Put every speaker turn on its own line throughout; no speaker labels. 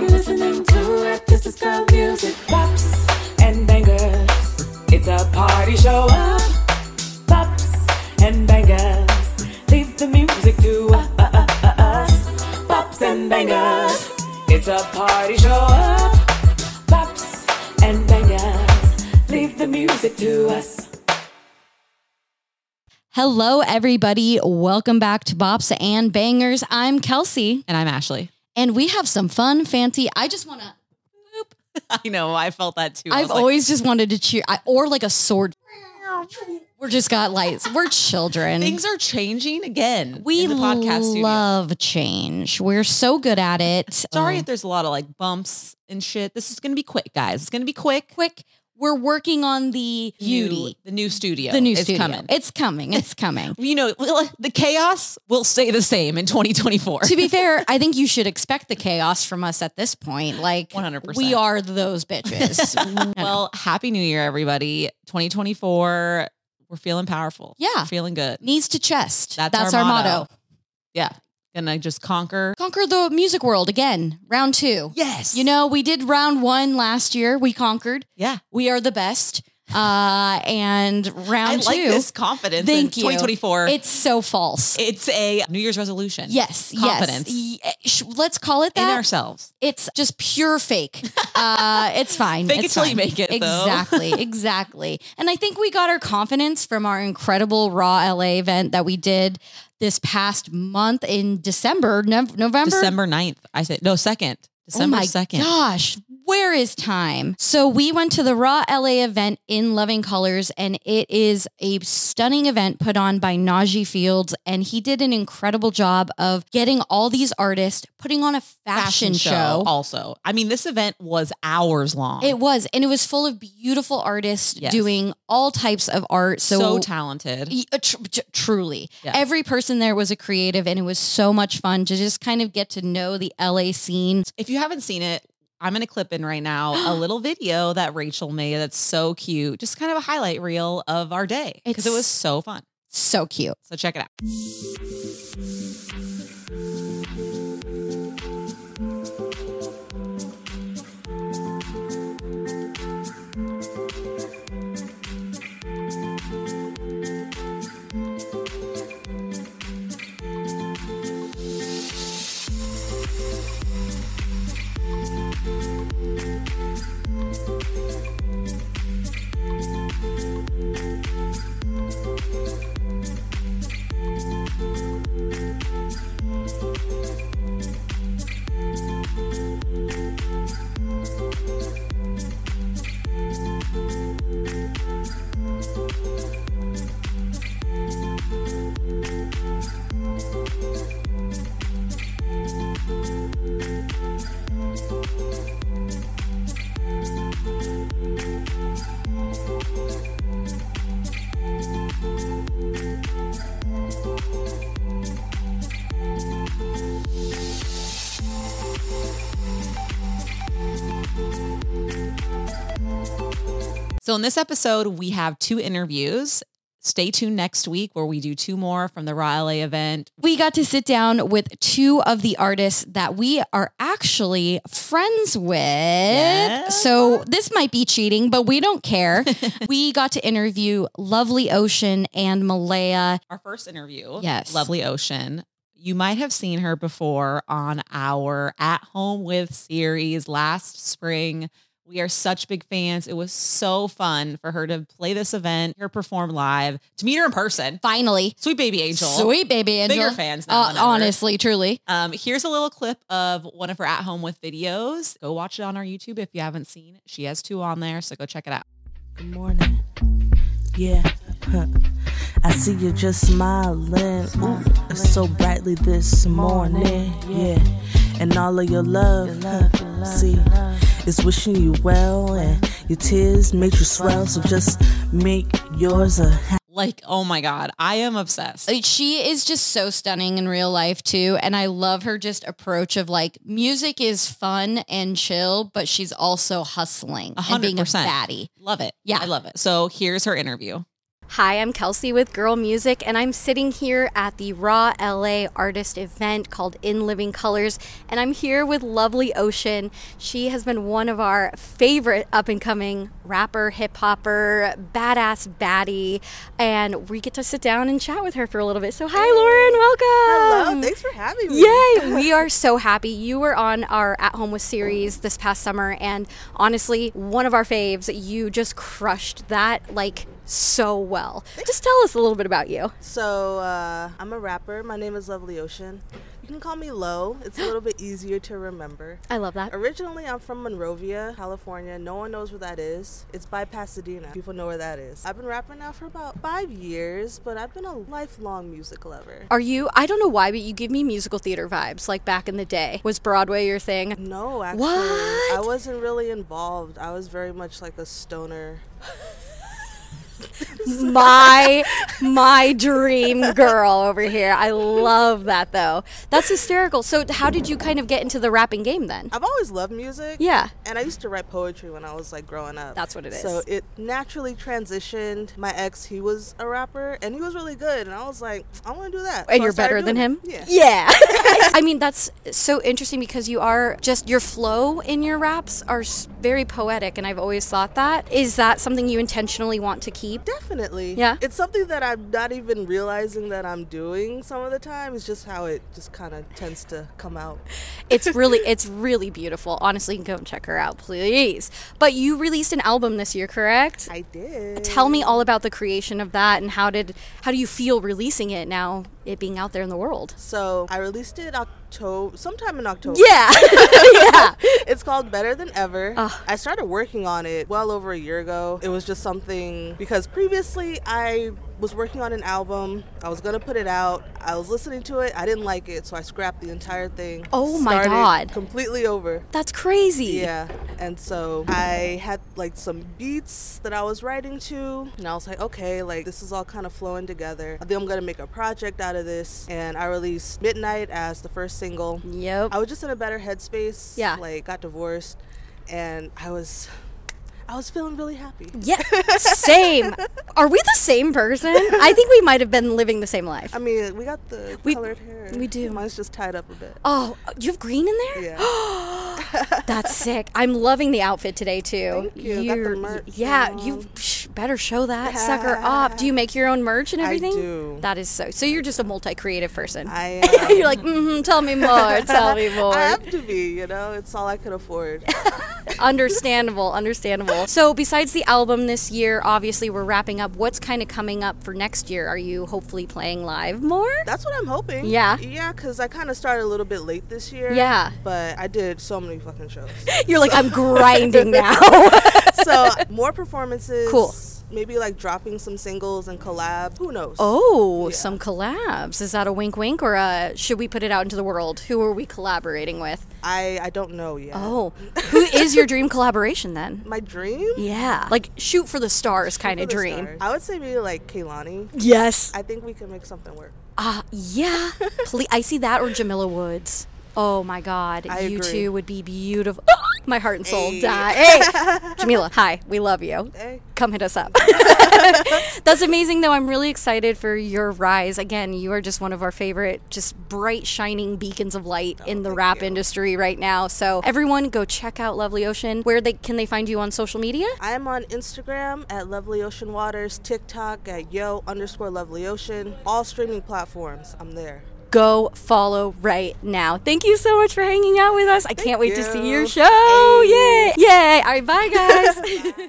You're listening to Rap This Is Girl Music Bops and Bangers. It's a party show up. Bops and Bangers. Leave the music to uh, uh, uh, uh, us. Bops and Bangers. It's a party show up. Bops and Bangers. Leave the music to us.
Hello, everybody. Welcome back to Bops and Bangers. I'm Kelsey,
And I'm Ashley.
and we have some fun, fancy. I just want to,
I know. I felt that too. I
I've
was like,
always just wanted to cheer, I, or like a sword. We're just got lights. We're children.
things are changing again.
we
in the podcast studio.
love change. We're so good at it.
Sorry
Um,
if there's a lot of like bumps and shit. This is going to be quick, guys. It's going to be quick.
quick. We're working on the beauty,
New- the new studio.
the new
is
studio.
coming.
It's coming. It's coming.
you know, well, uh, the chaos will stay the same in 2024.
to be fair, I think you should expect the chaos from us at this point. Like
100%.
we are those bitches.
well, happy new year, everybody. 2024. We're feeling powerful.
Yeah.
We're feeling good.
knees to chest.
That's,
That's, our, motto.
Yeah. Gonna just conquer.
Conquer the music world again, round two.
Yes.
You know, we did round one last year. We conquered.
yeah.
We are the best. Uh, and round
I
two,
like this confidence
Thank
in
you.
2024.
it's so false.
It's a New Year's resolution.
yes,
confidence.
yes. Y- sh- Let's call it
In
that.
ourselves.
it's just pure fake. Uh, it's fine.
Fake it
It's
till you
fine.
make it, though.
Exactly. Exactly. And I think we got our confidence from our incredible Raw LA event that we did this past month in December, Nov November.
December 9th. I said, no, 2nd. December
oh my
2nd.
gosh, where is time? So we went to the Raw LA event in Loving Colors, and it is a stunning event put on by Najee Fields, and he did an incredible job of getting all these artists putting on a fashion, show.
Also, I mean, this event was hours long.
It was, and it was full of beautiful artists
Yes.
doing all types of art.
so,
So,
talented.
Y- uh, tr- tr- truly,
Yeah.
every person there was a creative, and it was so much fun to just kind of get to know the LA scene.
If you haven't seen it, I'm going to clip in right now a little video that Rachel made that's so cute. Just kind of a highlight reel of our day because it
It's-
was so fun.
So cute.
So check it out. So in this episode, we have two interviews. Stay tuned next week where we do two more from the Raw LA event.
We got to sit down with two of the artists that we are actually friends with. So this might be cheating, but we don't care. we got to interview Lovely Ocean and Malaya.
Our first interview.
Yes.
Lovely Ocean. You might have seen her before on our At Home With series last spring. We are such big fans. It was so fun for her to play this event, her perform live, to meet her in person.
Finally,
Sweet baby angel.
sweet baby angel.
Bigger fans now.
Uh,
than ever.
honestly, truly.
Um, here's a little clip of one of her at home with videos. Go watch it on our YouTube if you haven't seen. She has two on there, so go check it out.
Good morning. Yeah. huh. I see you just smiling. Ooh, so brightly this morning. Yeah. And all of your love. huh, See, it's wishing you well. And your tears made you swell. So just make yours a
Like, oh my God, I am obsessed.
Uh, She is just so stunning in real life too, and I love her just approach of like music is fun and chill, but she's also hustling
A
and
hundred
being a
percent.
baddie.
Love it.
Yeah.
I love it. So here's her interview.
Hi, I'm Kelsey with Girl Music, and I'm sitting here at the Raw LA artist event called In Living Colors. And I'm here with lovely Ocean. She has been one of our favorite up and coming rapper, hip hopper, badass baddie. And we get to sit down and chat with her for a little bit. So, hi, Lauren, welcome.
Hello, thanks for having me.
Yay! We are so happy. You were on our At Home with series this past summer, and honestly, one of our faves. You just crushed that like so well. Just tell us a little bit about you.
So uh, I'm a rapper. My name is Lovely Ocean. You can call me Lo. It's a little bit easier to remember.
I love that.
Originally, I'm from Monrovia, California. No one knows where that is. It's by Pasadena. People know where that is. I've been rapping now for about five years, but I've been a lifelong music lover.
Are you? I don't know why, but you give me musical theater vibes. Like back in the day, was Broadway your thing?
No, actually, I
What?
wasn't really involved. I was very much like a stoner.
My my dream girl over here. I love that though. That's hysterical. So how did you kind of get into the rapping game then?
I've always loved music.
Yeah.
And I used to write poetry when I was like growing up.
That's what it is.
So it naturally transitioned. My ex, he was a rapper and he was really good. And I was like, I want to do that. So
and
I
you're
started
better than
doing
him.
it. Yeah.
I mean, that's so interesting because you are just your flow in your raps are s- very poetic, and I've always thought that. Is that something you intentionally want to keep?
Definitely.
Yeah.
It's something that I'm not even realizing that I'm doing some of the time. It's just how it just kind of tends to come out.
It's really, it's really beautiful. Honestly, go and check her out, please. But you released an album this year, correct?
I did.
Tell me all about the creation of that and how did how do you feel releasing it now? It being out there in the world.
So I released it October, sometime in October.
Yeah, yeah.
It's called Better Than Ever.
Ah.
I started working on it well over a year ago. It was just something because previously I was working on an album. I was going to put it out. I was listening to it. I didn't like it, so I scrapped the entire thing.
Oh my
Started
God.
Completely over.
That's crazy.
Yeah. And so I had like some beats that I was writing to, and I was like, okay, like this is all kind of flowing together. I think I'm going to make a project out of this. And I released Midnight as the first single.
Yep.
I was just in a better headspace.
Yeah.
Like got divorced, and I was, I was feeling really happy.
Yeah, same. Are we the same person? I think we might have been living the same life.
I mean, we got the
We-
colored hair.
we do.
Mine's just tied up a bit.
Oh, you have green in there?
Yeah.
That's sick. I'm loving the outfit today too.
Thank you. Got the merch
yeah,
going
you
on.
psh, better show that sucker up. Do you make your own merch and
I
everything?
do.
That is so. So you're just a multi-creative person.
I am.
you're like, mm-hmm, tell me more. Tell me more.
I have to be, you know. It's all I could afford.
understandable. Understandable. So besides the album this year, obviously we're wrapping up. What's kind of coming up for next year? Are you hopefully playing live more?
That's what I'm hoping.
Yeah.
Yeah, because I kind of started a little bit late this year.
Yeah.
But I did so many fucking shows.
You're like, I'm grinding now.
so more performances.
Cool.
Maybe like dropping some singles and collab. Who knows?
Oh, some collabs. Is that a wink wink or a should we put it out into the world? Who are we collaborating with?
I I don't know yet.
Oh, who is your dream collaboration then?
My dream.
Yeah. Like shoot for the stars kind
for
of
the
dream.
stars. I would say maybe like Kaylani.
Yes.
I think we can make something work.
Uh, yeah. Ple- I see that or Jamila Woods. Oh my God.
I
you
agree.
two would be beautiful. my heart and soul die. Hey, Jamila, hi. We love you.
Hey.
Come hit us up. That's amazing, though. I'm really excited for your rise. Again, you are just one of our favorite, just bright, shining beacons of light
Oh,
in the rap industry right now. So, everyone, go check out Lovely Ocean. Where they can they find you on social media?
I am on Instagram at Lovely Ocean Waters, TikTok at yo underscore Lovely Ocean, all streaming platforms. I'm there.
Go follow right now. Thank you so much for hanging out with us. I can't wait to see
you.
your show. Yay! Yay! All right, bye, guys.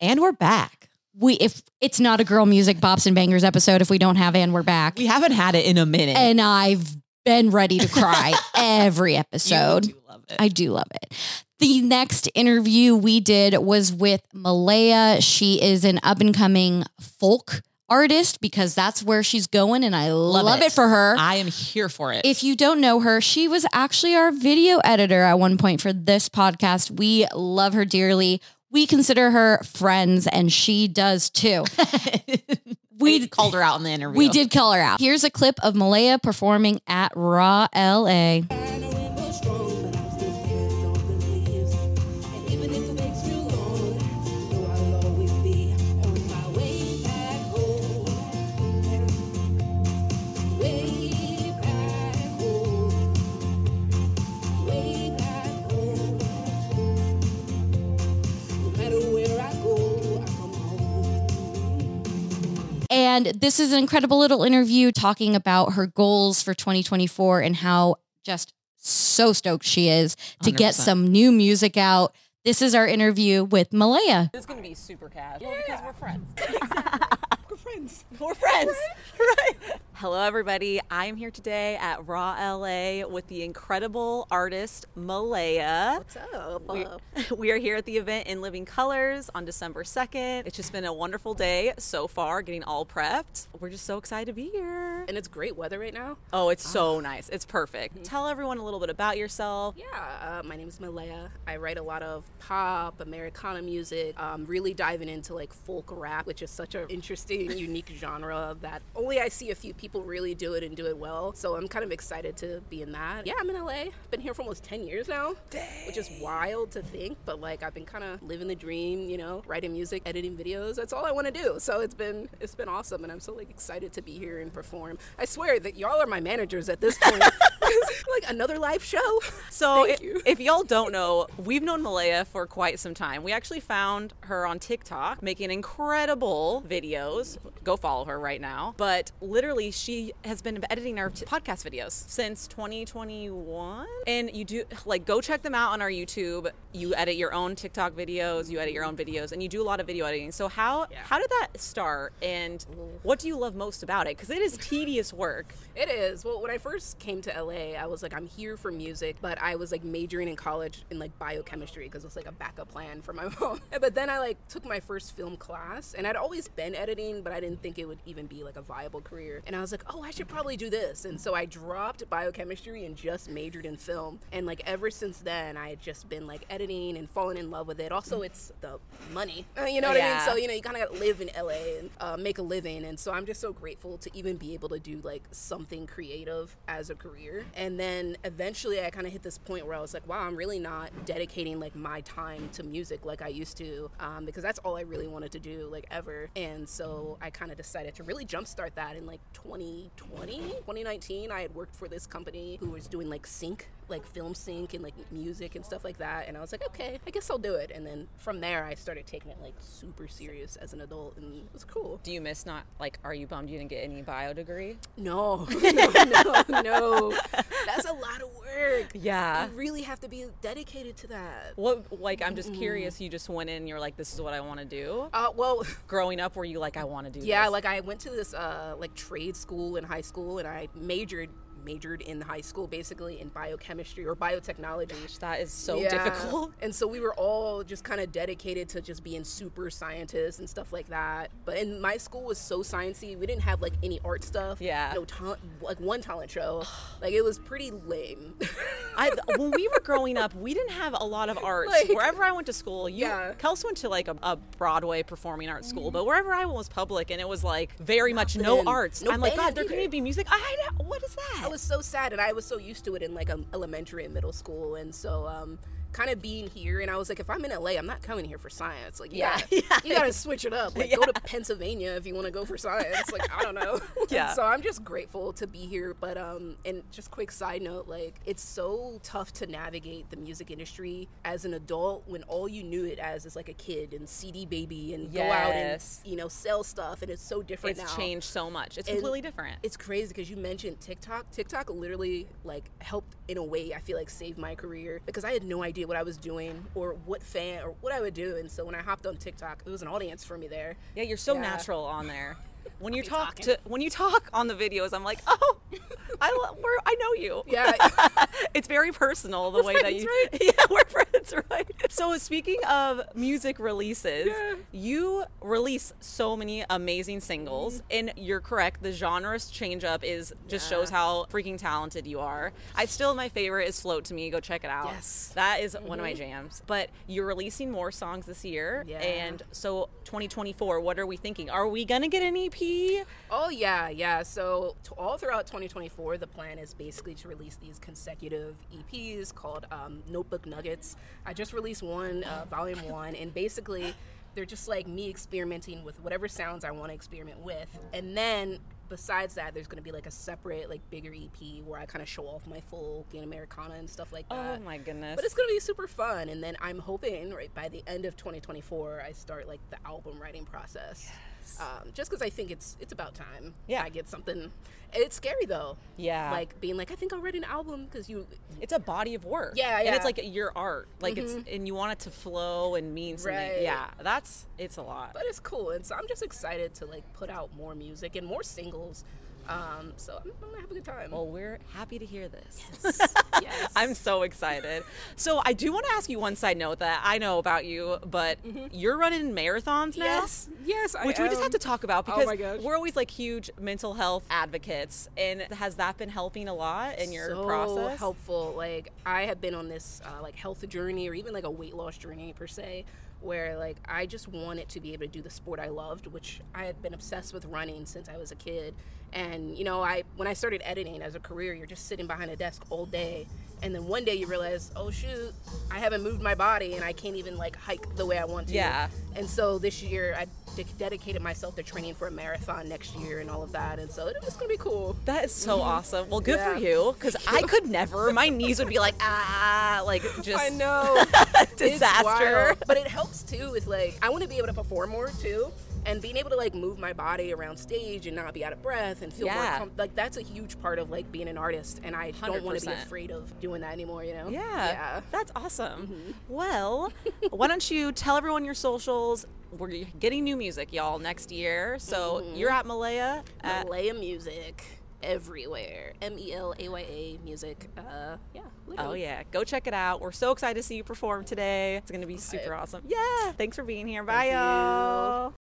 And we're back.
We if it's not a girl music bops and bangers episode if we don't have and we're back.
We haven't had it in a minute.
and I've been ready to cry every
You
episode.
do love it.
I do love it. The next interview we did was with Malaya. She is an up and coming folk artist because that's where she's going, and I love, it.
it.
for her.
I am here for it.
If you don't know her, she was actually our video editor at one point for this podcast. We love her dearly. We consider her friends, and she does too.
we called her out in the interview.
We did call her out. Here's a clip of Malaya performing at Raw LA.
And even if it makes you lonely, though I'll always
And this is an incredible little interview talking about her goals for 2024 and how just so stoked she is to get
100%.
some new music out. This is our interview with Malaya.
This is gonna be super casual because we're friends. we're friends. We're friends. right. Hello, everybody. I am here today at Raw LA with the incredible artist Malaya. What's up? We, we are here at the event in Living Colors on December 2nd. It's just been a wonderful day so far, getting all prepped. We're just so excited to be here.
and it's great weather right now.
Oh, it's
ah.
so nice. It's perfect.
Mm-hmm.
Tell everyone a little bit about yourself.
Yeah, uh, my name is Malaya. I write a lot of pop, Americana music. Um, really diving into like folk rap, which is such an interesting, unique genre that only I see a few people really do it and do it well. So I'm kind of excited to be in that. Yeah, I'm in LA. Been here for almost 10 years now, which is wild to think. But like I've been kind of living the dream, you know, writing music, editing videos. That's all I want to do. So it's been it's been awesome, and I'm so like excited to be here and perform. I swear that y'all are my managers at this point. like another live show.
So,
Thank
i-
you.
if y'all don't know, we've known Malaya for quite some time. We actually found her on TikTok making incredible videos. Go follow her right now. But literally, she has been editing our t- podcast videos since 2021. And you do, like, go check them out on our YouTube. You edit your own TikTok videos, you edit your own videos, and you do a lot of video editing. So, how, how did that start? And what do you love most about it? Because it is tedious work.
It is. Well, when I first came to LA, I was like, I'm here for music, but I was like majoring in college in like biochemistry because it was like a backup plan for my mom. But then I like took my first film class, and I'd always been editing, but I didn't think it would even be like a viable career. And I was like, oh, I should probably do this. And so I dropped biochemistry and just majored in film. And like ever since then, I had just been like editing and falling in love with it. Also, it's the money. You know what I mean?
Yeah.
So you know, you kind of live in LA and uh, make a living. And so I'm just so grateful to even be able to do like something creative as a career. And then eventually I kind of hit this point where I was like, wow, I'm really not dedicating like my time to music like I used to um, because that's all I really wanted to do like ever. And so I kind of decided to really jumpstart that in like 2020, 2019. I had worked for this company who was doing like sync like film sync and like music and stuff like that and i was like okay i guess i'll do it and then from there i started taking it like super serious as an adult and it was cool
Do you miss not, like, are you bummed you didn't get any bio degree?
no no no no that's a lot of work
Yeah.
you really have to be dedicated to that
What like I'm just curious. You just went in. and You're like, this is what I want to do.
uh, well
Growing up, were you like, I want to do?
yeah
this?
like i went to this uh, like trade school in high school and i majored majored in high school basically in biochemistry or biotechnology
that is so
Yeah.
difficult.
And so we were all just kind of dedicated to just being super scientists and stuff like that. But and my school was so sciencey. We didn't have like any art stuff.
Yeah.
No ta- like one talent show. like it was pretty lame.
I, when we were growing up, we didn't have a lot of arts.
Like-
wherever I went to school, you,
Yeah. Mm-hmm.
Kels went to like a, a Broadway performing arts school, but wherever I went was public, and it was like very much no
Nothing.
arts.
No
I'm like, God,
band
there
either.
couldn't even be music. I know. What is that?
I was so sad, and I was so used to it in like um, elementary and middle school, and so um, kind of being here, and I was like, if I'm in LA, I'm not coming here for science. Like, you
Yeah.
gotta,
Yeah.
you gotta switch it up. Like, go to Pennsylvania if you want to go for science. Like, I don't know. And
Yeah.
so I'm just grateful to be here, but um, and just quick side note, like, it's so tough to navigate the music industry as an adult when all you knew it as is like a kid and CD baby and go out and
Yes.
you know sell stuff, and it's so different
it's
now.
changed so much. It's
And
completely different.
It's crazy because you mentioned TikTok. TikTok literally like helped in a way. I feel like saved my career because I had no idea what I was doing or what fan or what I would do. And so when I hopped on TikTok, it was an audience for me there.
yeah, you're so
yeah.
natural on there. When you talk to when you talk on the videos, I'm like, oh, I lo- we're, I know you.
Yeah,
it's very personal the way that
friends,
you yeah we're friends right so speaking of music releases you release so many amazing singles and you're correct the genres change up is just shows how freaking talented you are i still my favorite is float to me go check it out
Yes.
that is one of my jams but you're releasing more songs this year
Yeah.
and so 2024 what are we thinking are we gonna get an E ep
Oh yeah, yeah. So to all throughout 2024, the plan is basically to release these consecutive EPs called um, Notebook Nuggets. I just released one, uh, Volume One, and basically they're just like me experimenting with whatever sounds I want to experiment with, and then. Besides that, there's gonna be like a separate, like bigger EP where I kind of show off my folk and Americana and stuff like that.
oh my goodness
But it's gonna be super fun, and then I'm hoping right by the end of 2024, I start like the album writing process.
Yes.
um, just because I think it's it's about time.
Yeah.
I get something. And It's scary though.
Yeah.
like being like I think I'll write an album because you.
it's a body of work.
Yeah,
And it's
yeah. Mm-hmm.
like your art. Like it's and you want it to flow and mean something.
Right.
Yeah. That's it's a lot.
But it's cool, and so I'm just excited to like put out more music and more singles. Um, so I'm, I'm gonna have a good time.
Well, we're happy to hear this.
yes.
I'm so excited. So I do want to ask you one side note that I know about you, but you're running marathons now.
Yes. Mm-hmm. Yes, I
which we just have
am.
to talk about
Oh
because
my gosh.
we're always like huge mental health advocates, and has that been helping a lot in your
so
process?
helpful. Like I have been on this uh, like health journey or even like a weight loss journey per se, where like I just wanted to be able to do the sport I loved, which I had been obsessed with running since I was a kid. And you know, I when I started editing as a career, you're just sitting behind a desk all day, and then one day you realize, oh shoot, I haven't moved my body and I can't even like hike the way I want to.
Yeah.
And so this year I de- dedicated myself to training for a marathon next year and all of that. And so it- it's gonna be cool.
That is so awesome. Well, good for
Mm-hmm. Yeah.
you because I could never. My knees would be like ah, like just
I know. It's
disaster.
wild. But it helps too with like I want to be able to perform more too. And being able to like move my body around stage and not be out of breath and feel
Yeah.
more com- like that's a huge part of like being an artist. And I don't want to be
100%.
afraid of doing that anymore. You know?
Yeah,
Yeah.
that's awesome. Well, why don't you tell everyone your socials? We're getting new music, y'all, next year. So you're at Malaya. At,
Malaya music everywhere. M E L A Y A music. Uh, yeah.
oh
literally.
yeah, go check it out. We're so excited to see you perform today. It's gonna be super awesome. Yeah, thanks for being here. Bye, y'all.